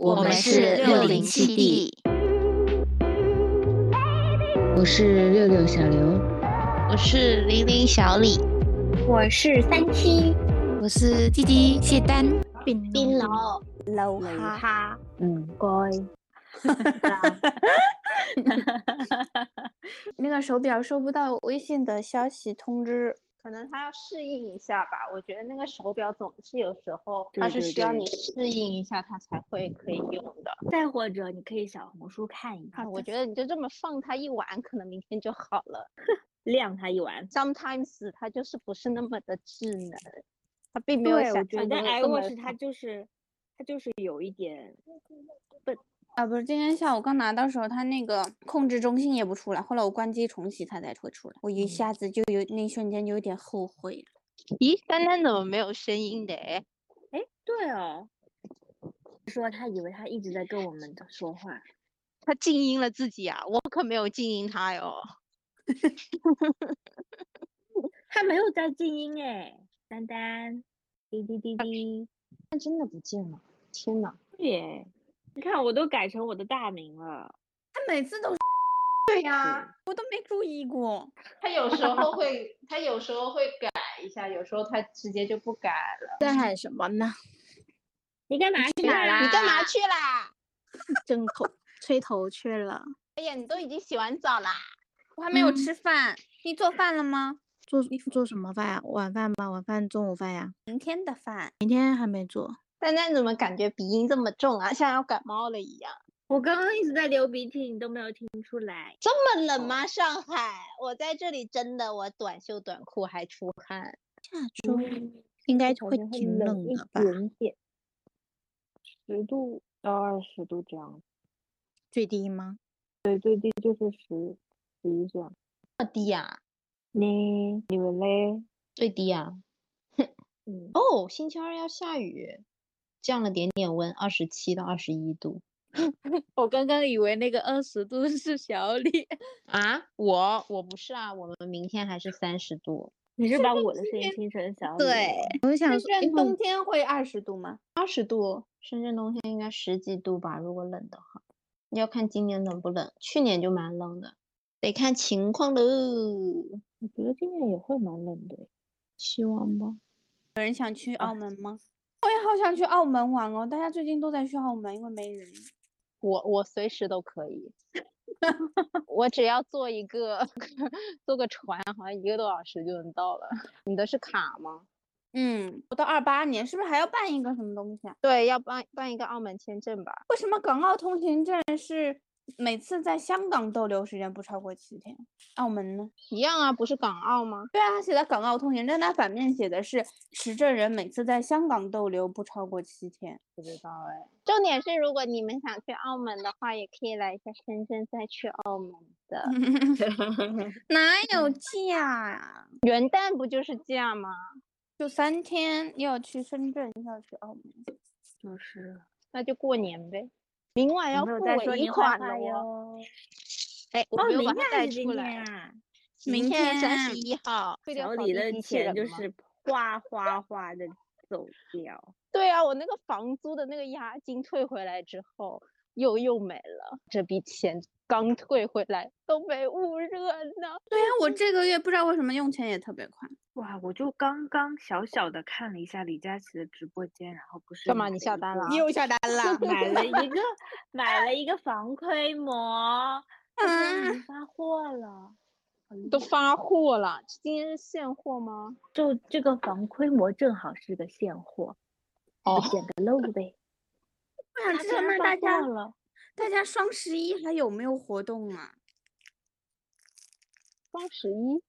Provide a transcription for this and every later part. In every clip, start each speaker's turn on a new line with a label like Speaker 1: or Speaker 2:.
Speaker 1: 我们是六零七弟，
Speaker 2: 我是六六小刘，
Speaker 3: 我是零零小李，
Speaker 4: 我是三七，
Speaker 5: 我是弟弟谢丹，
Speaker 4: 槟榔
Speaker 6: 楼哈，
Speaker 2: 嗯，
Speaker 6: 那个手表收不到微信的消息通知，
Speaker 4: 可能他要适应一下吧。我觉得那个手表总是有时候
Speaker 2: 对
Speaker 4: 它是
Speaker 2: 对
Speaker 4: 需要
Speaker 2: 对
Speaker 4: 你适应一下，它才会可以用的。
Speaker 7: 再或者你可以小红书看一
Speaker 4: 啊
Speaker 7: 看，
Speaker 4: 我觉得你就这么放它一晚，可能明天就好了。
Speaker 7: 晾它一晚。
Speaker 4: Sometimes 它就是不是那么的智能，它并没有
Speaker 7: 对，我
Speaker 4: 想
Speaker 7: 觉
Speaker 4: 象
Speaker 7: 得
Speaker 4: 中的这么
Speaker 7: iWatch 它就是它就是有一点
Speaker 6: 啊，不是，今天下午刚拿到时候，它那个控制中心也不出来，后来我关机重启，它才会出来。我
Speaker 5: 嗯
Speaker 6: 一下子就有那一瞬间就有点后悔了。
Speaker 3: 咦，丹丹怎么没有声音的诶？
Speaker 7: 哎，对哦，说他以为他一直在跟我们的说话，
Speaker 3: 他静音了自己啊，我可没有静音他哟。
Speaker 7: 他没有在静音哎，丹丹，滴滴滴滴，
Speaker 4: 天哪！
Speaker 7: 对耶，你看我都改成我的大名了，
Speaker 6: 它每次都是
Speaker 8: 对呀、
Speaker 6: 我都没注意过，
Speaker 8: 他有时候会，他有时候会改一下，有时候他直接就不改了。
Speaker 5: 干什么呢？
Speaker 7: 你干嘛去
Speaker 5: 哪
Speaker 7: 啊
Speaker 4: 你干嘛
Speaker 5: 啦
Speaker 4: 去啦？
Speaker 5: 正口吹头去了，
Speaker 4: 哎呀，你都已经洗完澡啦，
Speaker 6: 我还没有
Speaker 5: 嗯
Speaker 6: 吃饭。你做饭了吗？
Speaker 5: 做做什么饭呀、晚饭吧，晚饭、中午饭呀、
Speaker 6: 明天的饭，
Speaker 5: 明天还没做。
Speaker 4: 丹丹怎么感觉鼻音这么重啊？像要感冒了一样。
Speaker 7: 我刚刚一直在流鼻涕，你都没有听出来。哦
Speaker 4: 这么冷吗？上海，我在这里真的，我短袖短裤还出汗。
Speaker 5: 下周 应该
Speaker 7: 好
Speaker 5: 会
Speaker 7: 像会
Speaker 5: 挺
Speaker 7: 冷
Speaker 5: 冷
Speaker 7: 一
Speaker 5: 的吧？
Speaker 7: 点点，十度到二十度这样，
Speaker 5: 最低吗？
Speaker 7: 对，最低就是十十一这样。
Speaker 4: 这么低啊？
Speaker 7: 你你们嘞？
Speaker 4: 最低啊？
Speaker 7: 嗯，
Speaker 4: 哦，星期二要下雨，降了点点温，二十七到二十一度
Speaker 3: 我刚刚以为那个二十度是小李，
Speaker 4: 啊。我我不是啊，我们明天还是三十度，
Speaker 7: 你是把我的声音听成小李？，
Speaker 5: 我就想
Speaker 6: 深
Speaker 5: 说，哎
Speaker 6: 圳
Speaker 5: 我
Speaker 6: 冬天会二十度吗？
Speaker 4: 二十度。深圳冬天应该十几度吧，如果冷的话，要看今年冷不冷。去年就蛮冷的，得看情况喽。
Speaker 7: 我觉得今年也会蛮冷的。
Speaker 4: 希望吧。
Speaker 6: 有人想去澳门吗？我也啊好想去澳门玩哦，大家最近都在去澳门，因为没人。
Speaker 4: 我我随时都可 以，我只要坐一个 坐个船，好像一个多小时就能到了。你的是卡吗？
Speaker 6: 嗯，我到二八年是不是还要办一个什么东西啊？
Speaker 4: 对，要办办一个澳门签证吧。
Speaker 6: 为什么港澳通行证是每次在香港逗留时间不超过七天？澳门呢？
Speaker 4: 一样啊，不是港澳吗？
Speaker 6: 对啊，它写的港澳通行证，它反面写的是持证人每次在香港逗留不超过七天。
Speaker 4: 不知道哎。重点是，如果你们想去澳门的话，也可以来一下深圳，再去澳门的。
Speaker 6: 哪有假啊？
Speaker 4: 元旦不就是这样吗？
Speaker 6: 就三天，要去深圳，要去澳门。
Speaker 7: 就是
Speaker 4: 那就过年呗。明晚
Speaker 7: 有
Speaker 4: 要
Speaker 7: 没
Speaker 4: 付
Speaker 7: 有在说
Speaker 4: 尾
Speaker 7: 你
Speaker 4: 一
Speaker 7: 坏
Speaker 4: 款
Speaker 7: 话
Speaker 4: 了哦。
Speaker 7: 哟？
Speaker 4: 哎，我
Speaker 7: 哦，
Speaker 4: 没有
Speaker 7: 明
Speaker 4: 把它带
Speaker 7: 天是
Speaker 4: 出
Speaker 7: 今
Speaker 4: 来
Speaker 7: 天。啊。
Speaker 6: 明
Speaker 4: 天三
Speaker 6: 天
Speaker 4: 十一号，会
Speaker 7: 小
Speaker 4: 掉扫
Speaker 7: 李
Speaker 4: 地
Speaker 7: 的
Speaker 4: 机器
Speaker 7: 钱
Speaker 4: 人
Speaker 7: 就
Speaker 4: 吗
Speaker 7: 是哗哗哗的走掉。
Speaker 4: 对啊，我那个房租的那个押金退回来之后，又又没了。这笔钱刚退回来，东北捂热呢。
Speaker 6: 对啊，我这个月不知道为什么用钱也特别快。
Speaker 7: 哇，我就刚刚小小的看了一下李佳琦的直播间，然后不是
Speaker 4: 干嘛
Speaker 7: 买
Speaker 4: 你
Speaker 7: 了啊
Speaker 4: 下
Speaker 7: 一
Speaker 4: 单
Speaker 7: 个
Speaker 4: 了
Speaker 6: 又下单 了
Speaker 7: 买了一个买了一个防窥膜，
Speaker 6: 啊！
Speaker 7: 嗯，发货了。好厉
Speaker 4: 都
Speaker 7: 害
Speaker 4: 发货了，今天是现货吗？
Speaker 7: 就这个防窥膜正好是个现货，
Speaker 4: 哦
Speaker 7: 就捡个漏呗。
Speaker 6: 我想知道
Speaker 7: 竟
Speaker 6: 那
Speaker 7: 然发
Speaker 6: 大家
Speaker 7: 货了，
Speaker 6: 大家双十一还有没有活动啊？
Speaker 4: 双十一？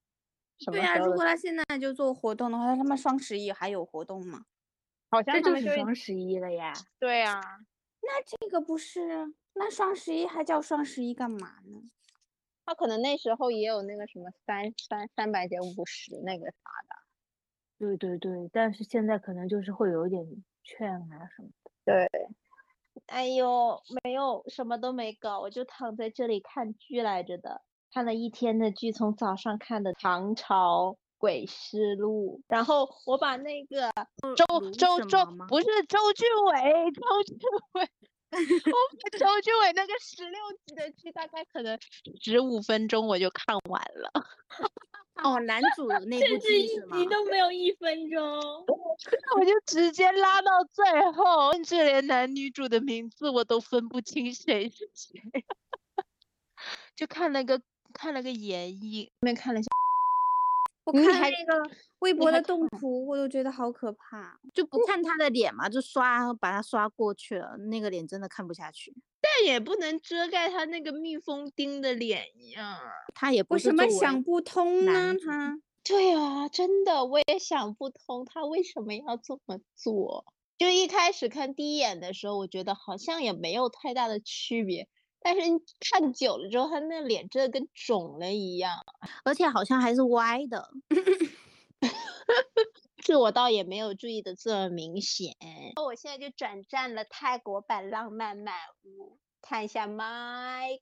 Speaker 4: 什么
Speaker 6: 对啊，
Speaker 4: 时
Speaker 6: 如
Speaker 4: 候
Speaker 6: 果
Speaker 4: 的？
Speaker 6: 他现在就做活动的话，他们双十一还有活动吗？
Speaker 4: 好像
Speaker 7: 这
Speaker 4: 他
Speaker 7: 就
Speaker 4: 们
Speaker 7: 是
Speaker 4: 就
Speaker 7: 双十一了呀。
Speaker 4: 对啊，
Speaker 6: 那这个不是？啊那双十一还叫双十一干嘛呢？
Speaker 4: 他可能那时候也有那个什么三三三百减五十那个啥的。
Speaker 7: 对对对，但是现在可能就是会有一点券啊什么的。
Speaker 4: 哎呦，没有什么都没搞，我就躺在这里看剧来着的，看了一天的剧，从早上看的《唐朝诡事录》，然后我 把那个周周周不是周俊伟，周俊伟我周俊伟那个十六集的剧，大概可能十五分钟我就看完了。
Speaker 5: 哦，男主那部
Speaker 7: 甚至
Speaker 5: 剧
Speaker 7: 一
Speaker 5: 是吗
Speaker 7: 集？都没有一分钟。
Speaker 4: 我就直接拉到最后，甚至连男女主的名字我都分不清谁是谁， 就看了个看了个演绎，
Speaker 6: 我
Speaker 5: 你
Speaker 6: 看
Speaker 5: 还
Speaker 6: 那个微博
Speaker 4: 还
Speaker 6: 的动图，我都觉得好可怕。
Speaker 5: 就不看他的脸嘛，就刷把他刷过去了，那个脸真的看不下去。
Speaker 8: 但也不能遮盖他那个蜜蜂叮的脸一样啊。
Speaker 5: 他也不
Speaker 6: 为
Speaker 5: 是
Speaker 6: 什么
Speaker 5: 作为
Speaker 6: 想不通呢
Speaker 5: 男？主
Speaker 6: 他
Speaker 4: 对啊，真的我也想不通他为什么要这么做。就一开始看第一眼的时候，我觉得好像也没有太大的区别，但是你看久了之后，他那脸真的跟肿了一样。
Speaker 5: 而且好像还是歪的，
Speaker 4: 这我倒也没有注意的这么明显。哦我现在就转战了泰国版《浪漫满屋》，看一下 Mike。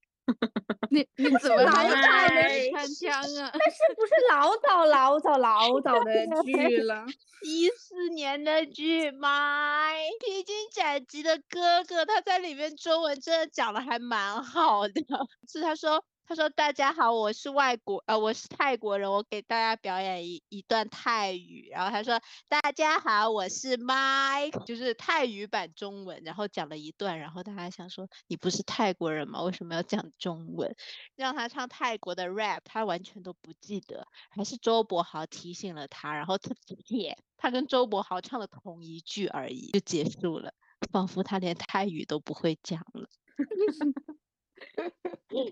Speaker 3: 你你怎么
Speaker 6: 老
Speaker 3: 还带
Speaker 6: 奶
Speaker 3: 着穿枪 啊？
Speaker 6: 但是不是老早老早老早的 剧了？
Speaker 4: 一四年的剧《Mike》，披荆斩棘的哥哥，他在里面中文真的讲的还蛮好的。 是他说，他说大家好，我是外国，呃，我是泰国人，我给大家表演一一段泰语。然后他说大家好，我是 Mike，就是泰语版中文，然后讲了一段，然后大家想说你不是泰国人吗？为什么要讲中文？让他唱泰国的 rap，他完全都不记得。还是周柏豪提醒了他，然后他也他跟周柏豪唱的同一句而已，就结束了，仿佛他连泰语都不会讲 了，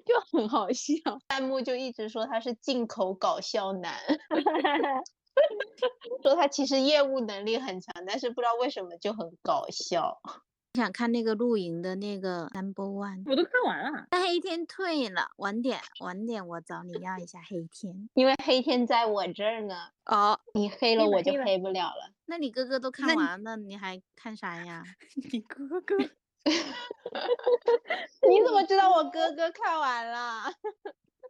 Speaker 4: 就很好笑。弹幕就一直说他是进口搞笑男， 说他其实业务能力很强，但是不知道为什么就很搞笑。
Speaker 5: 想看那个露营的那个 Number One，
Speaker 7: 我都看完了，
Speaker 5: 但黑天退了，晚点晚点我找你要一下黑天。
Speaker 4: 因为黑天在我这儿呢，
Speaker 5: 哦，
Speaker 4: 你黑
Speaker 7: 黑
Speaker 4: 了
Speaker 7: 了
Speaker 4: 我就
Speaker 7: 黑了
Speaker 4: 黑不了了。
Speaker 5: 那你哥哥都
Speaker 6: 那
Speaker 5: 看
Speaker 6: 你
Speaker 5: 完了，你还看啥呀？
Speaker 6: 你哥哥，
Speaker 4: 你怎么知道我哥哥看完了？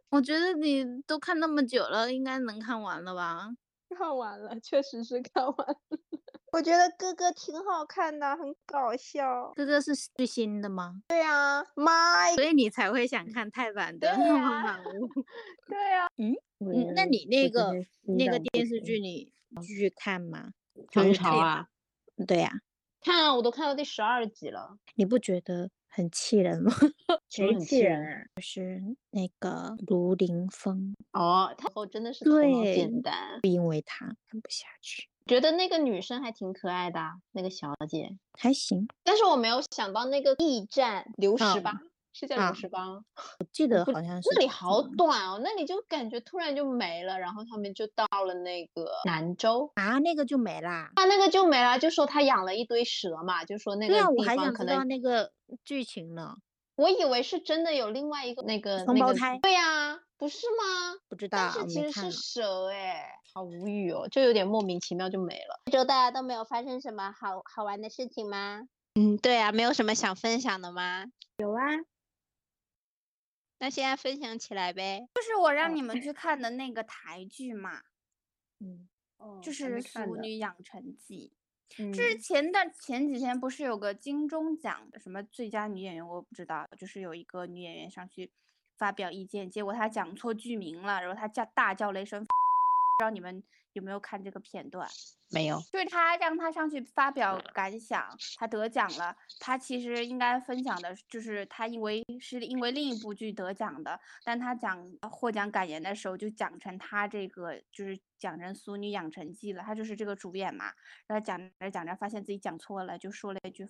Speaker 5: 我觉得你都看那么久了，应该能看完了吧？
Speaker 4: 看完了，确实是看完了。 我觉得哥哥挺好看的，很搞笑。
Speaker 5: 哥哥是最新的吗？
Speaker 4: 对啊，妈，
Speaker 5: 所以你才会想看泰版的《
Speaker 4: 对
Speaker 5: 浪
Speaker 4: 啊
Speaker 5: 漫满 屋》
Speaker 2: 我
Speaker 5: 嗯。那你那个那个电视剧
Speaker 2: 里
Speaker 5: 你继续看吗？
Speaker 8: 唐朝啊，
Speaker 5: 对呀、
Speaker 4: 看啊，我都看到第十二集了。
Speaker 5: 你不觉得很气人吗？
Speaker 7: 谁
Speaker 4: 很
Speaker 7: 气
Speaker 4: 气
Speaker 7: 人啊？
Speaker 5: 那个卢凌风，
Speaker 4: 哦，他后真的是头脑
Speaker 5: 啊对
Speaker 4: 简，单，
Speaker 5: 因为他看不下去，
Speaker 4: 觉得那个女生还挺可爱的啊、那个小姐。
Speaker 5: 还行，
Speaker 4: 但是我没有想到那个驿站刘十八、是叫刘
Speaker 5: 啊
Speaker 4: 十八吗？
Speaker 5: 我记得好像是嗯
Speaker 4: 那里
Speaker 5: 这
Speaker 4: 好
Speaker 5: 样
Speaker 4: 短哦，那里就感觉突然就没了，然后他们就到了那个南州，
Speaker 5: 啊，那个就没啦。
Speaker 4: 他那个就没了，就说他养了一堆蛇嘛，就说那
Speaker 5: 对
Speaker 4: 个
Speaker 5: 啊，我
Speaker 4: 地
Speaker 5: 还
Speaker 4: 方
Speaker 5: 想
Speaker 4: 可
Speaker 5: 知道
Speaker 4: 能
Speaker 5: 那个剧情呢，
Speaker 4: 我以为是真的有另外一个那个
Speaker 5: 双
Speaker 4: 那
Speaker 5: 胞
Speaker 4: 个
Speaker 5: 胎
Speaker 4: 对呀、不是吗？
Speaker 5: 不知
Speaker 4: 但
Speaker 5: 道
Speaker 4: 是，
Speaker 5: 啊
Speaker 4: 其
Speaker 5: 没
Speaker 4: 实
Speaker 5: 看
Speaker 4: 是
Speaker 5: 了。
Speaker 4: 蛇哎、好无语哦，就有点莫名其妙就没了。这周大家都没有发生什么好好玩的事情吗？嗯，对啊，没有什么想分享的吗？
Speaker 7: 有啊，
Speaker 4: 那现在分享起来呗。
Speaker 6: 就是我让你们去看的那个台剧嘛，就
Speaker 7: 哦还
Speaker 6: 是
Speaker 7: 没
Speaker 6: 《
Speaker 7: 看
Speaker 6: 俗
Speaker 7: 呢
Speaker 6: 女养成记》。
Speaker 4: 嗯
Speaker 6: 之前的前几天不是有个金钟奖的什么最佳女演员，我不知道，就是有一个女演员上去发表意见，结果她讲错剧名了，然后她叫大叫了一声 ，不知道你们有没有看这个片段？
Speaker 4: 没有，
Speaker 6: 就是她让她上去发表感想，她得奖了。她其实应该分享的就是她因为是因为另一部剧得奖的，但她讲呃获奖感言的时候就讲成她这个就是讲成《俗女养成记》了，她就是这个主演嘛。然后讲着讲着，发现自己讲错了，就说了一句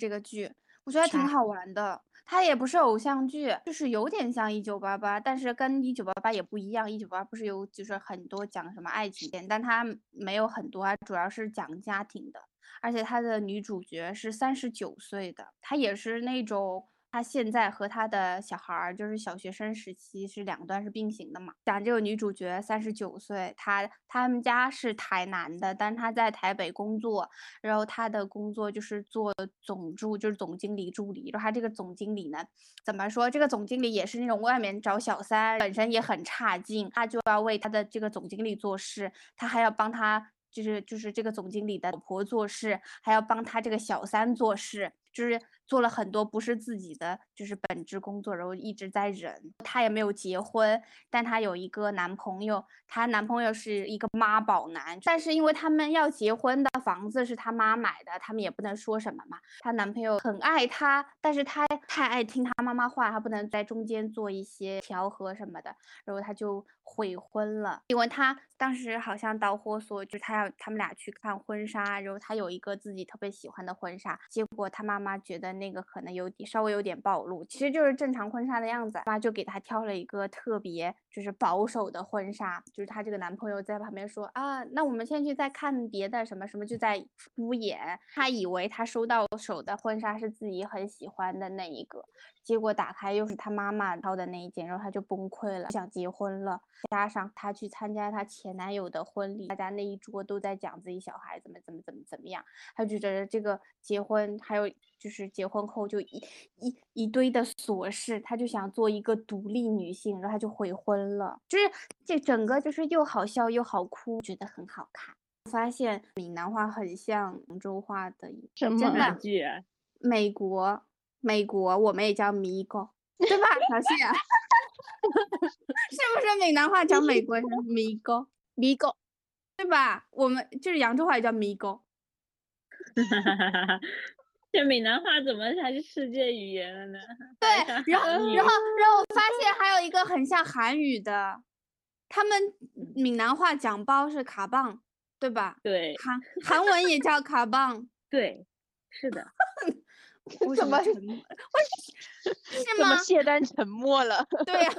Speaker 6: 这个剧，我觉得还挺
Speaker 5: 啥
Speaker 6: 好玩的。它也不是偶像剧，就是有点像《一九八八》，但是跟《一九八八》也不一样，《一九八八》不是有就是很多讲什么爱情片，但它没有很多啊，主要是讲家庭的。而且她的女主角是三十九岁的，她也是那种她现在和她的小孩儿，就是小学生时期是两段是并行的嘛。讲这个女主角三十九岁，她他们家是台南的，但是她在台北工作，然后她的工作就是做总助，就是总经理助理。然后她这个总经理呢，怎么说？这个总经理也是那种外面找小三，本身也很差劲，他就要为他的这个总经理做事，他还要帮他，就是就是这个总经理的老婆做事，还要帮他这个小三做事，就是做了很多不是自己的就是本职工作，然后一直在忍。她也没有结婚，但她有一个男朋友，她男朋友是一个妈宝男，但是因为他们要结婚的房子是她妈买的，他们也不能说什么嘛。她男朋友很爱她，但是她太爱听她妈妈话，她不能在中间做一些调和什么的，然后她就悔婚了，因为她当时好像导火索就是她要他们俩去看婚纱，然后她有一个自己特别喜欢的婚纱，结果她妈妈觉得那个可能有点稍微有点暴露，其实就是正常婚纱的样子，妈就给她挑了一个特别就是保守的婚纱，就是她这个男朋友在旁边说啊，那我们现在去再看别的什么什么，就在敷衍，她以为她收到手的婚纱是自己很喜欢的那一个，结果打开又是她妈妈挑的那一件，然后她就崩溃了，不想结婚了。加上她去参加她前男友的婚礼，大家那一桌都在讲自己小孩怎么怎么怎么怎么样，她就觉得这个结婚还有就是结婚后就一一一堆的琐事，她就想做一个独立女性，然后她就悔婚了。就是这整个就是又好笑又好哭，觉得很好看。发现闽南话很像杭州话的一，
Speaker 9: 什
Speaker 6: 真
Speaker 9: 么
Speaker 6: 的
Speaker 7: 剧 啊
Speaker 6: 美国，美国我们也叫米狗，对吧？小谢、啊， 是不是闽南话讲美国是米狗，
Speaker 5: 米狗，
Speaker 6: 对吧？我们就是扬州话也叫 米狗，
Speaker 7: 这闽南话怎么才是世界语言了呢？哎
Speaker 6: 对。然后，然后，然后我发现还有一个很像韩语的，他们闽南话讲包是卡棒，对吧？
Speaker 7: 对
Speaker 6: 韩韩文也叫卡棒，
Speaker 7: 对，是的，
Speaker 6: 为什
Speaker 9: 怎么
Speaker 6: 沉默？为 是
Speaker 9: 怎么
Speaker 6: 吗？
Speaker 9: 谢丹沉默 了？
Speaker 6: 对 啊，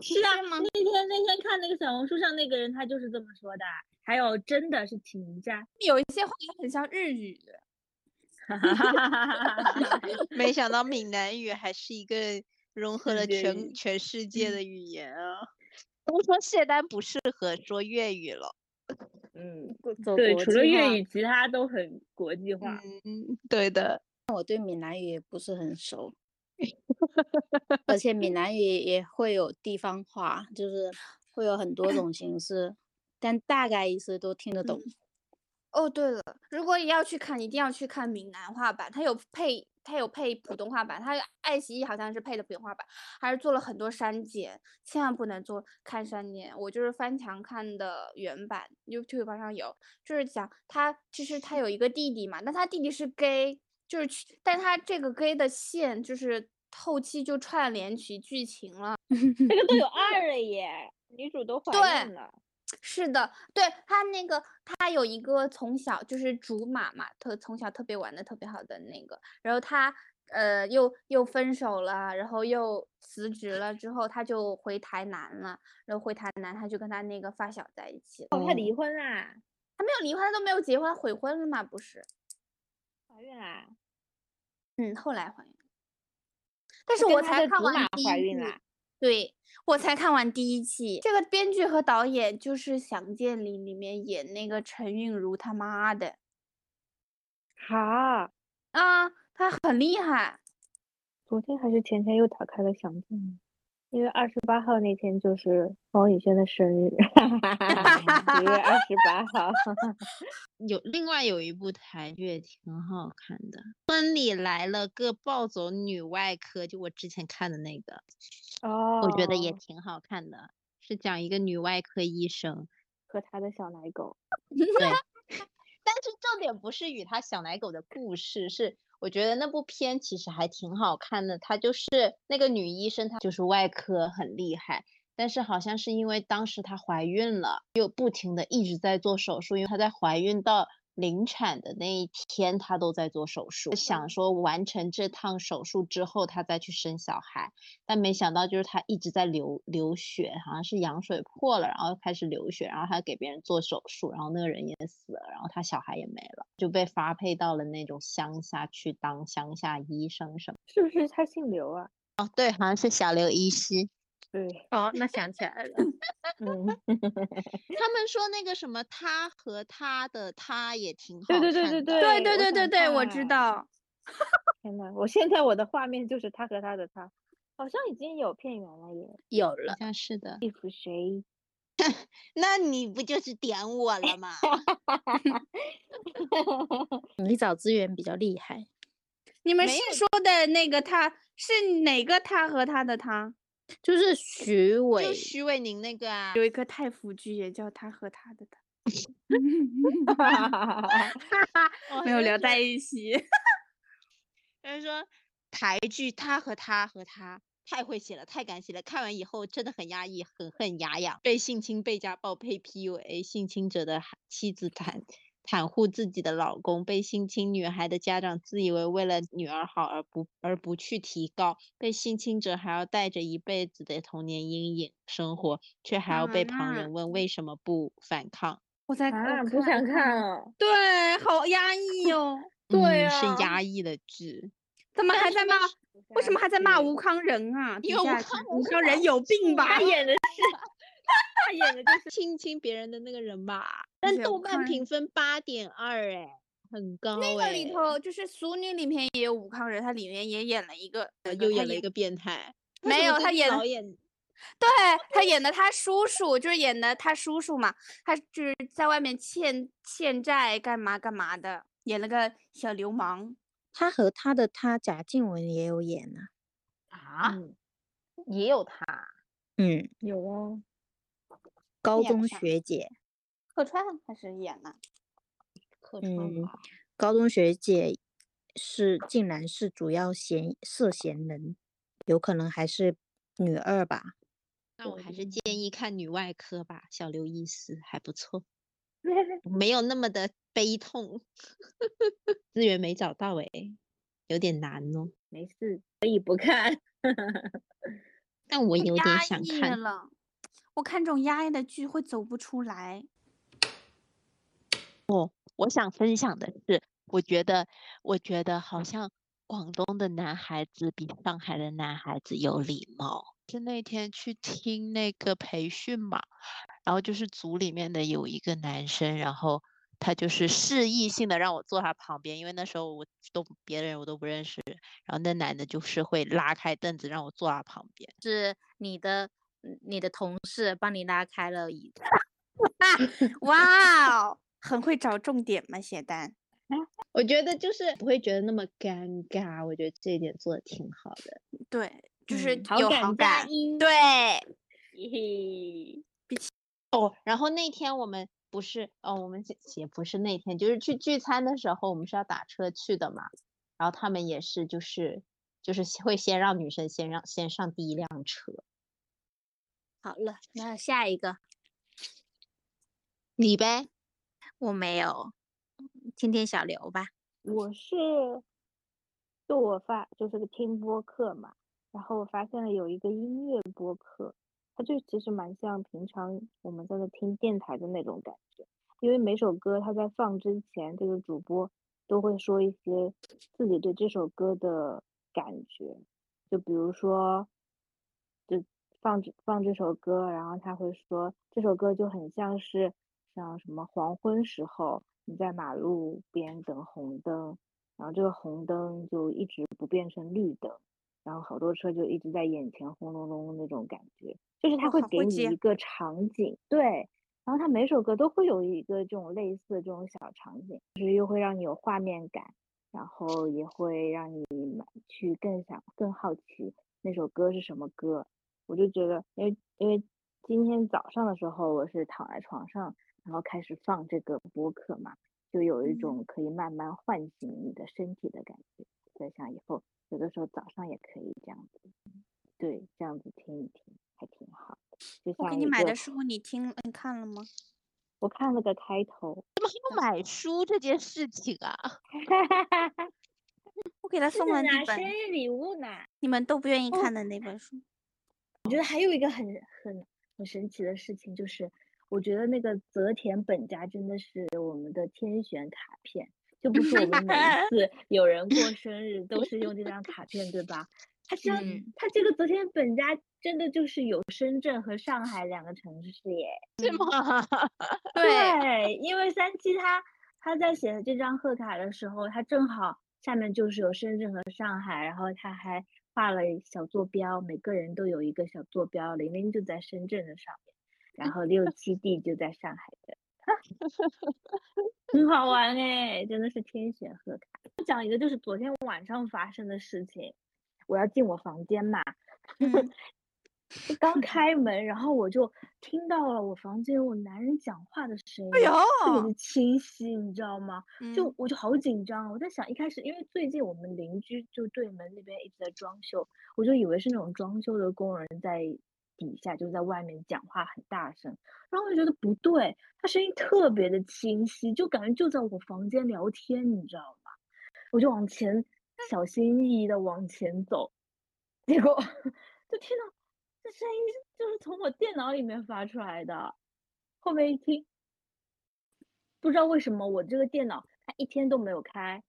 Speaker 7: 是啊。
Speaker 6: 吗？
Speaker 7: 那天那天看那个小红书上那个人，他就是这么说的。还有，真的是请 假，
Speaker 6: 有一些话也很像日语。
Speaker 9: 没想到闽南语还是一个融合
Speaker 7: 世
Speaker 9: 了
Speaker 7: 界
Speaker 9: 全
Speaker 7: 语
Speaker 9: 全世界的语言 啊！都说谢丹不适合说粤语了。
Speaker 5: 嗯，走
Speaker 7: 对，
Speaker 5: 国
Speaker 7: 除了
Speaker 5: 际
Speaker 7: 粤
Speaker 5: 化
Speaker 7: 语，其他都很国际化。
Speaker 9: 嗯，对的。
Speaker 5: 我对闽南语也不是很熟，而且 闽南语也会有地方话，就是会有很多种形式，但大概意思都听得懂。
Speaker 6: 哦，对了，如果也要去看，一定要去看闽南话版，它有配，它有配普通话版，它爱奇艺好像是配的普通话版，还是做了很多删减，千万不能做看删减。我就是翻墙看的原版，YouTube 上有，就是讲他其实他有一个弟弟嘛，但他弟弟是 gay，就是去，但他这个 gay 的线就是后期就串联起剧情了。
Speaker 7: 这个都 有二了耶，女主都怀
Speaker 6: 对
Speaker 7: 孕了。
Speaker 6: 是的，对他那个，他有一个从小就是竹马嘛，特从小特别玩的特别好的那个，然后他呃又又分手了，然后又辞职了，之后他就回台南了，然后回台南他就跟他那个发小在一起了，
Speaker 7: 哦，她离婚啦，
Speaker 6: 他没有离婚，他都没有结婚，悔婚了嘛不是？
Speaker 7: 怀孕啦。
Speaker 6: 嗯，后来怀孕了，但是
Speaker 7: 跟
Speaker 6: 我
Speaker 7: 她
Speaker 6: 才
Speaker 7: 的
Speaker 6: 看
Speaker 7: 竹
Speaker 6: 完
Speaker 7: 马
Speaker 6: 第一
Speaker 7: 怀孕
Speaker 6: 季
Speaker 7: 啦，
Speaker 6: 对我才看完第一季。这个编剧和导演就是《想见你》里面演那个陈韵如他妈的。
Speaker 7: 好，
Speaker 6: 啊，他很厉害。
Speaker 7: 昨天还是前天又打开了想见你，因为二十八号那天就是王宇轩的生日，一月二十八号。
Speaker 4: 有另外有一部台剧也挺好看的，《婚礼来了》个暴走女外科，就我之前看的那个，
Speaker 7: 哦，
Speaker 4: 我觉得也挺好看的，是讲一个女外科医生，
Speaker 7: 和他的小奶狗。
Speaker 4: 对，但是重点不是与他小奶狗的故事，是我觉得那部片其实还挺好看的。它就是那个女医生，她就是外科很厉害，但是好像是因为当时她怀孕了，又不停的一直在做手术，因为她在怀孕到临产的那一天，她都在做手术，想说完成这趟手术之后，她再去生小孩。但没想到就是她一直在流流血，好像是羊水破了，然后开始流血，然后她给别人做手术，然后那个人也死了，然后她小孩也没了，就被发配到了那种乡下去当乡下医生什么。
Speaker 7: 是不是他姓刘啊？
Speaker 4: 哦，对，好像是小刘医师。
Speaker 7: 对，
Speaker 10: 哦，那想起来了，
Speaker 7: 嗯，
Speaker 4: 他们说那个什么他和他的他也挺好
Speaker 7: 对
Speaker 4: 看的。
Speaker 7: 对对
Speaker 6: 对
Speaker 7: 对对
Speaker 6: 对对对对，我知。
Speaker 7: 想看
Speaker 6: 道。
Speaker 7: 天呐，我现在我的画面就是他和他的他，好像已经有片源了 耶。
Speaker 5: 有
Speaker 4: 好
Speaker 5: 了，
Speaker 4: 像是的，
Speaker 7: 地府谁？
Speaker 4: 那你不就是点我了吗？
Speaker 5: 你找资源比较厉害。
Speaker 6: 你们
Speaker 4: 没
Speaker 6: 是
Speaker 4: 有
Speaker 6: 说的那个他是哪个他和他的他？
Speaker 5: 就是徐伟
Speaker 4: 就，徐伟宁那个啊，
Speaker 6: 有一个太府剧也叫他和他的他，
Speaker 7: 哦
Speaker 6: 没 有聊在一起。
Speaker 4: 他就说台剧他和他和他太会写了，太敢写了。看完以后真的很压抑，很恨牙痒，被性侵、被家暴、被 PUA，性侵者的孩妻子袒袒护自己的老公，被性侵女孩的家长自以为为了女儿好而不而不去提高，被性侵者还要带着一辈子的童年阴影生活，却还要
Speaker 6: 啊
Speaker 4: 被旁
Speaker 6: 那
Speaker 4: 人问为什么不反抗。
Speaker 6: 我在
Speaker 7: 啊，
Speaker 6: 我
Speaker 7: 不想看哦了。
Speaker 6: 对，好压抑哦。
Speaker 7: 对
Speaker 4: 嗯
Speaker 7: 啊
Speaker 4: 是压抑的剧。
Speaker 6: 怎么还在骂？为什么还在骂
Speaker 7: 对
Speaker 6: 吴康仁啊？
Speaker 4: 因
Speaker 6: 底
Speaker 4: 为吴
Speaker 6: 下
Speaker 4: 康
Speaker 6: 看
Speaker 4: 仁
Speaker 6: 吴
Speaker 4: 是
Speaker 6: 康仁有病吧？
Speaker 7: 他演的是，他演的就是
Speaker 4: 亲亲别人的那个人吧。
Speaker 6: 而
Speaker 4: 但
Speaker 6: 且我
Speaker 4: 豆
Speaker 6: 看
Speaker 4: 瓣评分八点二，哎，很高、哎。
Speaker 6: 那个里头就是《俗女》里面也有吴康仁，他里面也演了一个，
Speaker 4: 呃
Speaker 6: 那
Speaker 4: 又
Speaker 6: 他
Speaker 4: 演了一个变态，为
Speaker 6: 没
Speaker 4: 什么
Speaker 6: 有
Speaker 4: 这
Speaker 6: 他
Speaker 4: 个
Speaker 6: 演
Speaker 4: 导演
Speaker 6: 对他演的他叔叔，就是演的他叔叔嘛，他就是在外面欠欠债干嘛干嘛的，演了个小流氓。
Speaker 5: 他和他的他贾静雯也有演啊。
Speaker 4: 啊，
Speaker 11: 也有他，
Speaker 5: 嗯，
Speaker 7: 有啊，
Speaker 5: 高
Speaker 6: 演了
Speaker 5: 中
Speaker 6: 啥
Speaker 5: 学姐，
Speaker 6: 客串还是演了？
Speaker 4: 客串
Speaker 5: 嗯
Speaker 4: 吧，
Speaker 5: 高中学姐是竟然是主要嫌涉嫌人，有可能还是女二吧。
Speaker 4: 那我还是建议看女外科吧，小刘易斯还不错，没有那么的悲痛。 资源没找到哎、有点难哦。
Speaker 7: 没事，可以不看。
Speaker 4: 但我
Speaker 6: 太
Speaker 4: 有点
Speaker 6: 压
Speaker 4: 想
Speaker 6: 抑
Speaker 4: 看，
Speaker 6: 了，我看这种压抑的剧会走不出 来。
Speaker 4: 我想分享的是，我觉得，我觉得好像广东的男孩子比上海的男孩子有礼貌。是那天去听那个培训嘛，然后就是组里面的有一个男生，然后他就是示意性的让我坐他旁边，因为那时候我都别人我都不认识，然后那男的就是会拉开凳子让我坐他旁边。
Speaker 5: 是你的嗯你的同事帮你拉开了椅子，
Speaker 6: 哇哦， 很会找重点嘛，写单。
Speaker 4: 我觉得就是不会觉得那么尴尬，我觉得这一点做的挺好的。
Speaker 6: 对，就是
Speaker 7: 好
Speaker 6: 有
Speaker 7: 感
Speaker 6: 嗯好
Speaker 7: 加
Speaker 6: 感。啊
Speaker 7: 一。
Speaker 6: 对，
Speaker 7: 嘿嘿，
Speaker 4: 哦，然后那天我们不是哦，我们也不是那天，就是去聚餐的时候，我们是要打车去的嘛。然后他们也是，就是就是先会先让女生先让先上第一辆车。
Speaker 5: 好了，那下一个
Speaker 4: 你呗，
Speaker 5: 我没有，听听小刘吧。
Speaker 7: 我是，就我发就是个听播客嘛，然后我发现了有一个音乐播客，它就其实蛮像平常我们在那听电台的那种感觉，因为每首歌它在放之前，这个主播都会说一些自己对这首歌的感觉，就比如说，就放这放这首歌，然后他会说这首歌就很像是像什么黄昏时候你在马路边等红灯，然后这个红灯就一直不变成绿灯，然后好多车就一直在眼前轰隆隆的那种感觉，就是他
Speaker 6: 哇
Speaker 7: 会
Speaker 6: 好
Speaker 7: 给
Speaker 6: 哦会
Speaker 7: 你
Speaker 6: 接
Speaker 7: 一个场景，对。然后他每首歌都会有一个这种类似的这种小场景，就是又会让你有画面感，然后也会让你买去更想更好奇那首歌是什么歌。我就觉得，因为因为今天早上的时候我是躺在床上，然后开始放这个播客嘛，就有一
Speaker 6: 嗯
Speaker 7: 种可以慢慢唤醒你的身体的感觉。在想以后有的时候早上也可以这样子，对，这样子听一听还挺好的。就
Speaker 6: 我给
Speaker 7: 像
Speaker 6: 你
Speaker 7: 一
Speaker 6: 买
Speaker 7: 个
Speaker 6: 的书，你听了你看了吗？
Speaker 7: 我看了个开头，
Speaker 4: 不买书这件事情啊，
Speaker 6: 我给他送了一本
Speaker 7: 日礼物呢？
Speaker 6: 你们都不愿意看的那本 书。
Speaker 7: 我觉得还有一个很很很神奇的事情，就是我觉得那个泽田本家真的是我们的天选卡片，就不是我们每一次有人过生日都是用这张卡片，对吧？他这、
Speaker 5: 嗯
Speaker 7: 他这个泽田本家真的就是有深圳和上海两个城市耶。
Speaker 4: 是吗？
Speaker 7: 对，因为三七他他在写这张贺卡的时候，他正好下面就是有深圳和上海，然后他还画了一小坐标，每个人都有一个小坐标，玲玲就在深圳的上面，然后六七弟就在上海的，很好玩哎、真的是天选贺卡。我讲一个，就是昨天晚上发生的事情。我要进我房间嘛，
Speaker 5: 嗯
Speaker 7: 就刚开门，然后我就听到了我房间有男人讲话的声音，
Speaker 6: 哎
Speaker 7: 特别的清晰，你知道吗？就
Speaker 6: 嗯
Speaker 7: 我就好紧张啊，我在想一开始，因为最近我们邻居就对门那边一直在装修，我就以为是那种装修的工人在底下，就在外面讲话很大声，然后我就觉得不对，他声音特别的清晰，就感觉就在我房间聊天，你知道吗？我就往前小心翼翼的往前走，结果就听到这声音就是从我电脑里面发出来的，后面一听，不知道为什么我这个电脑它一天都没有开，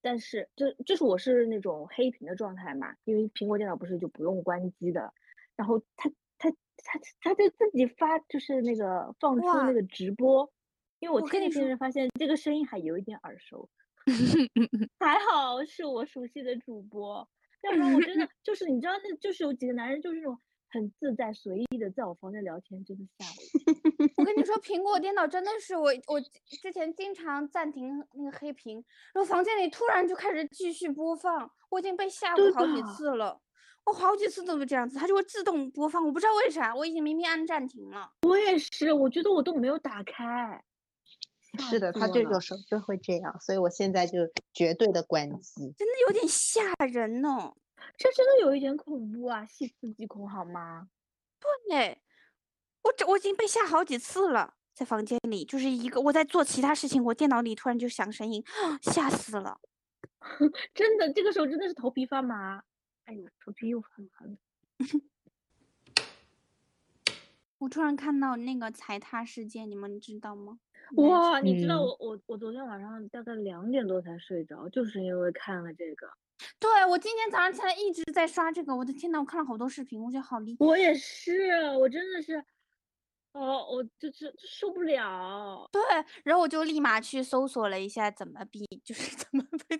Speaker 7: 但是就就是我是那种黑屏的状态嘛，因为苹果电脑不是就不用关机的，然后它它它它就自己发就是那个放出
Speaker 5: 哇
Speaker 7: 那个直播，因为我
Speaker 5: 我
Speaker 7: 听
Speaker 5: 跟
Speaker 7: 着
Speaker 5: 你
Speaker 7: 听
Speaker 5: 说
Speaker 7: 着发现这个声音还有一点耳熟，
Speaker 6: 嗯
Speaker 7: 还好是我熟悉的主播，要不然我 真的就是你知道那就是有几个男人就是那种很自在随意的在我房间聊天，真的吓我一跳。
Speaker 6: 我跟你说，苹果电脑真的是我我之前经常暂停那个黑屏，然后房间里突然就开始继续播放，我已经被吓
Speaker 7: 对
Speaker 6: 唬好几
Speaker 7: 吧
Speaker 6: 次了，我好几次都是这样子，它就会自动播放，我不知道为啥，我已经明明按暂停了。
Speaker 7: 我也是，我觉得我都没有打开。
Speaker 8: 是的，他
Speaker 7: 我
Speaker 8: 就
Speaker 7: 了
Speaker 8: 有时候就会这样，所以我现在就绝对的关机。
Speaker 6: 真的有点吓人呢、
Speaker 7: 这真的有一点恐怖啊，细思极恐好吗？
Speaker 6: 对，我这我已经被吓好几次了，在房间里，就是一个我在做其他事情，我电脑里突然就响声音，吓死了。
Speaker 7: 真的，这个时候真的是头皮发麻。哎呦，头皮又发麻了。
Speaker 6: 我突然看到那个踩踏事件，你们知道吗？
Speaker 7: 哇，你知道
Speaker 2: 嗯
Speaker 7: 我我我昨天晚上大概两点多才睡着，就是因为看了这个。
Speaker 6: 对我今天早上起来一直在刷这个，我的天呐，我看了好多视频，我觉得好厉
Speaker 7: 我也是，我真的是，哦，我就是受不了。
Speaker 6: 对，然后我就立马去搜索了一下怎么避，就是 怎么被，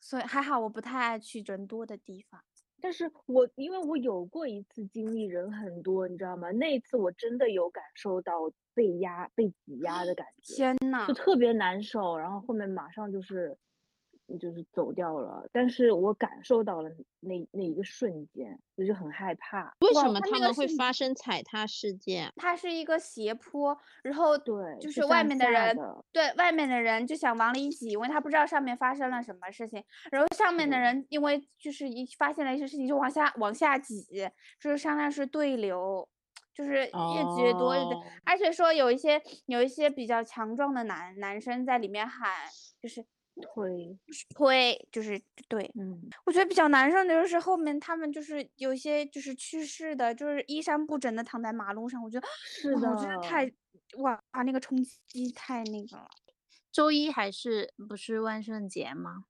Speaker 6: 所以还好我不太爱去人多的地方。
Speaker 7: 但是我因为我有过一次经历人很多，你知道吗？那一次我真的有感受到被压、被挤压的感觉，
Speaker 6: 天呐
Speaker 8: 啊
Speaker 7: 就，特别难受。然后后面马上就是嗯就是走掉了，但是我感受到了那那一个瞬间，我就很害怕。
Speaker 8: 为
Speaker 6: 哇
Speaker 8: 什么
Speaker 6: 他
Speaker 8: 他
Speaker 6: 那个
Speaker 8: 们会
Speaker 6: 是
Speaker 8: 发生踩踏事件？
Speaker 6: 它是一个斜坡，然后
Speaker 7: 对，
Speaker 6: 就是是外
Speaker 7: 向
Speaker 6: 面的
Speaker 7: 下
Speaker 6: 人
Speaker 7: 的
Speaker 6: 对外面的人就想往里挤，因为他不知道上面发生了什么事情。然后上面的人因为就是一发现了一些事情，就往下往下挤，就是相当于是对流，就是越挤越多。
Speaker 8: 哦
Speaker 6: 而且说有一些有一些比较强壮的男男生在里面喊，就是
Speaker 7: 推，
Speaker 6: 推，就是对，
Speaker 7: 嗯，
Speaker 6: 我觉得比较难受的就是后面他们就是有一些就是去世的，就是衣衫不整的躺在马路上，我觉得
Speaker 7: 是
Speaker 6: 哇
Speaker 7: 的，
Speaker 6: 我觉得太哇那个冲击太那个了。
Speaker 5: 周一还是不是万圣节吗？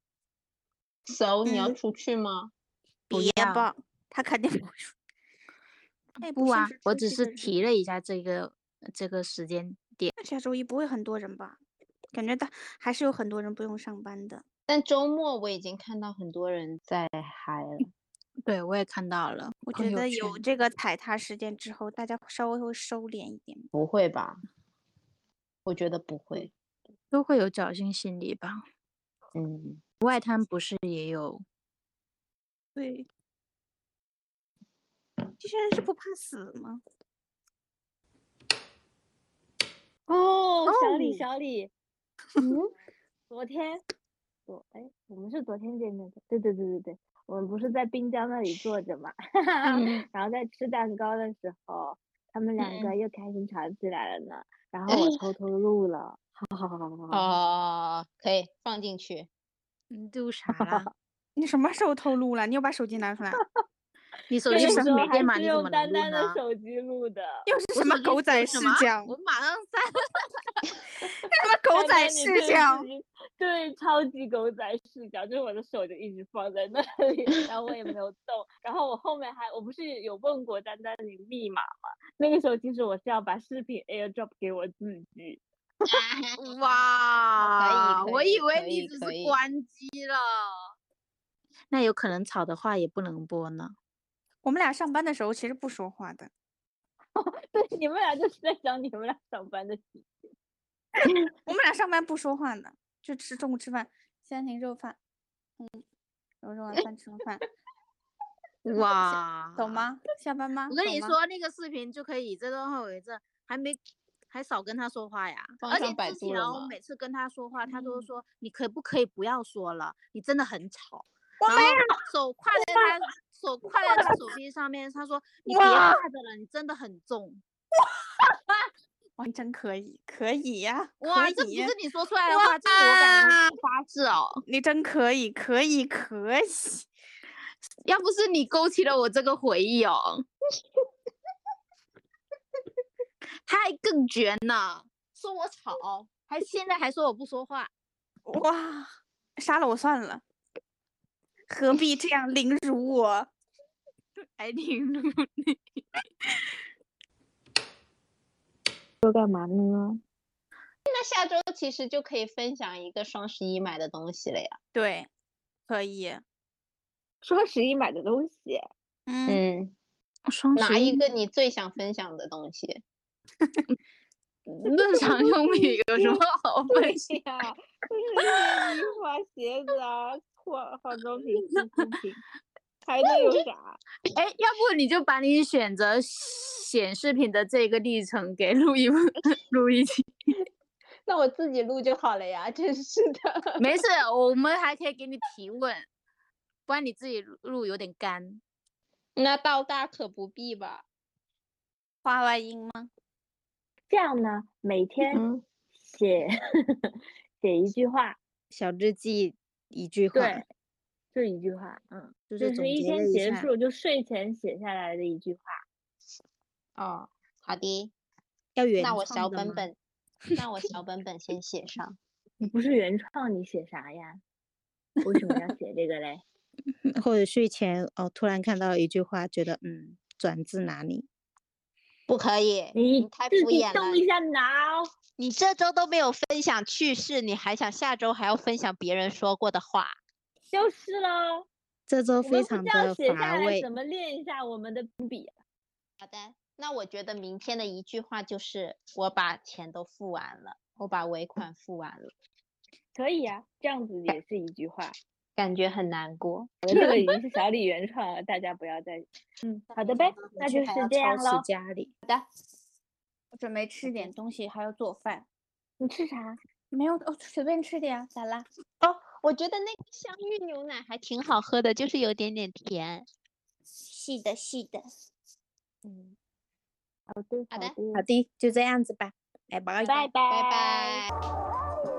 Speaker 8: so, 你要
Speaker 6: 嗯
Speaker 8: 出去吗？
Speaker 5: 不
Speaker 6: 别
Speaker 5: 要
Speaker 6: 吧，他肯定不会 说。他也
Speaker 5: 不
Speaker 6: 算
Speaker 5: 啊
Speaker 6: 是，
Speaker 5: 我
Speaker 6: 出
Speaker 5: 只
Speaker 6: 去
Speaker 5: 是
Speaker 6: 的人
Speaker 5: 提了一下这个这个时间点。
Speaker 6: 下周一不会很多人吧？感觉他还是有很多人不用上班的。
Speaker 8: 但周末我已经看到很多人在嗨了。
Speaker 5: 对，我也看到了，
Speaker 6: 我
Speaker 5: 朋
Speaker 6: 觉
Speaker 5: 友
Speaker 6: 得有哦
Speaker 5: 圈
Speaker 6: 这个踩踏事件之后，大家稍微会收敛一点。
Speaker 8: 不会吧？我觉得不会。
Speaker 5: 都会有侥幸心理吧。
Speaker 8: 嗯，
Speaker 5: 外滩不是也有？
Speaker 6: 对，这些人是不怕死吗？
Speaker 7: 哦，小李，
Speaker 6: 哦
Speaker 7: 小李，
Speaker 6: 嗯，
Speaker 7: 昨天
Speaker 2: 我哎，我们是昨天见面的，对对对对对，我们不是在滨江那里坐着嘛， 然后在吃蛋糕的时候，他们两个又开始吵起来了呢，然后我偷偷录了， 好好好好好 好，
Speaker 8: 哦，可以放进去。
Speaker 5: 你录嗯啥了？
Speaker 6: 你什么时候偷录了？你又把手机 拿出来，
Speaker 5: 你手
Speaker 7: 那
Speaker 5: 机
Speaker 7: 个
Speaker 5: 不
Speaker 7: 时
Speaker 5: 是
Speaker 7: 候
Speaker 5: 没
Speaker 7: 还
Speaker 5: 电吗？
Speaker 7: 是
Speaker 5: 你怎么
Speaker 7: 用
Speaker 5: 能
Speaker 7: 丹
Speaker 5: 录
Speaker 7: 丹的
Speaker 5: 呢？
Speaker 7: 手机录的。
Speaker 6: 又是
Speaker 5: 我
Speaker 6: 什么
Speaker 5: 手机
Speaker 6: 狗仔
Speaker 5: 什
Speaker 6: 视
Speaker 5: 么
Speaker 6: 角？
Speaker 5: 我马上删。
Speaker 6: 什 么狗
Speaker 7: 丹
Speaker 6: 仔
Speaker 7: 丹你
Speaker 6: 视
Speaker 7: 对
Speaker 6: 角
Speaker 7: 自？己对，超级狗仔视角，就是我的手就一直放在那里，然后我也没有动。然后我后面还，我不是有问过丹丹你密码吗？那个时候其实我是要把视频 AirDrop 给我自己，
Speaker 5: 哇，
Speaker 8: 可
Speaker 5: 我
Speaker 8: 以
Speaker 5: 以为
Speaker 8: 可以
Speaker 5: 你只是
Speaker 8: 可以
Speaker 5: 关机了。那有可能吵的话也不能播呢。
Speaker 6: 我们俩上班的时候其实不说话的，
Speaker 7: 对，你们俩就是在讲你们俩上班的事情。
Speaker 6: 我们俩上班不说话呢，就吃中午吃饭，先停肉饭，嗯，然后吃完饭吃完饭，
Speaker 5: 哇，
Speaker 6: 懂？吗？下班吗？
Speaker 5: 我跟
Speaker 6: 懂
Speaker 5: 你
Speaker 6: 吗，
Speaker 5: 说，那个视频就可以以这段话为证，还没还少跟他说话呀。
Speaker 4: 放
Speaker 5: 而且
Speaker 4: 上百
Speaker 5: 之
Speaker 4: 度了
Speaker 5: 前我
Speaker 4: 吗
Speaker 5: 每次跟他说话，他都说、你可不可以不要说了，你真的很吵。
Speaker 6: 我
Speaker 5: 没有，手挎在他手挎在他手臂上面，他说你别挎着了，你真的很重。
Speaker 6: 哇，真可以，可以呀、
Speaker 5: 哇，
Speaker 6: 可
Speaker 5: 这不
Speaker 6: 以
Speaker 5: 是你说出来的话，这是我感觉是发誓哦。
Speaker 6: 你真可以，可以，可以，
Speaker 5: 要不是你勾起了我这个回忆哦，他还更绝呢，说我吵，还现在还说我不说话。
Speaker 6: 哇，杀了我算了，何必这样凌辱我？
Speaker 5: 还挺入内。
Speaker 12: 都干嘛呢？
Speaker 4: 那下周其实就可以分享一个双十一买的东西了呀。
Speaker 6: 对，可以，
Speaker 7: 双十一买的东西，
Speaker 6: 嗯，
Speaker 4: 嗯，
Speaker 5: 双
Speaker 4: 拿一个你最想分享的东西。
Speaker 5: 日常用品有什么好分享？
Speaker 7: 哎呀，就是衣服啊、鞋子啊、化化妆品、护肤品，还能有啥？
Speaker 5: 哎，要不你就把你选择显示屏的这个历程给录一部 录一期，
Speaker 4: 那我自己录就好了呀，真是的。
Speaker 5: 没事，我们还可以给你提问，不然你自己录录有点干。
Speaker 4: 那倒大可不必吧。
Speaker 6: 花外音吗？
Speaker 7: 这样呢，每天写写一句话，
Speaker 5: 小日记一句话，
Speaker 7: 对，就一句话，嗯，
Speaker 5: 就
Speaker 7: 这
Speaker 5: 是
Speaker 7: 是
Speaker 5: 总
Speaker 7: 一
Speaker 5: 结了
Speaker 7: 天
Speaker 5: 一
Speaker 7: 结
Speaker 5: 下。
Speaker 7: 束就睡前写下来的一句话。
Speaker 4: 哦，好的，
Speaker 5: 要原
Speaker 4: 那我
Speaker 5: 创
Speaker 4: 小
Speaker 5: 的
Speaker 4: 本
Speaker 5: 吗，
Speaker 4: 本，那我小本本先写上。
Speaker 7: 你不是原创，你写啥呀？为什么要写这个嘞？
Speaker 5: 或者睡前哦，突然看到一句话，觉得嗯，转自哪里？
Speaker 4: 不可以，
Speaker 7: 你
Speaker 4: 嗯太
Speaker 7: 自
Speaker 4: 敷
Speaker 7: 己
Speaker 4: 衍
Speaker 7: 动一
Speaker 4: 了。
Speaker 7: 下脑。
Speaker 4: 你这周都没有分享趣事，你还想下周还要分享别人说过的话？
Speaker 7: 就是喽，
Speaker 5: 这周
Speaker 7: 我
Speaker 5: 非
Speaker 7: 们不
Speaker 5: 常
Speaker 7: 知道
Speaker 5: 的
Speaker 7: 写下
Speaker 5: 乏
Speaker 7: 来
Speaker 5: 味
Speaker 7: 怎。么练一下我们的笔。
Speaker 4: 那我觉得明天的一句话就是：我把钱都付完了，我把尾款付完了，
Speaker 7: 可以呀、这样子也是一句 话。
Speaker 4: 感觉很难过。
Speaker 7: 我的这个已经是小李原创了，大家不要再。嗯，好的呗，那就是这样喽。
Speaker 5: 家里
Speaker 6: 我准备吃点东西，还要做饭。
Speaker 7: 你吃啥？
Speaker 6: 没有，哦，随便吃点啊，咋啦？
Speaker 4: 我觉得那个香芋牛奶还挺好喝的，就是有点点甜。
Speaker 6: 是的，是的。
Speaker 7: 好的，
Speaker 6: 嗯
Speaker 4: 好的
Speaker 7: 的
Speaker 5: 好的，就这样子吧，拜拜。
Speaker 7: 拜拜
Speaker 4: 拜拜。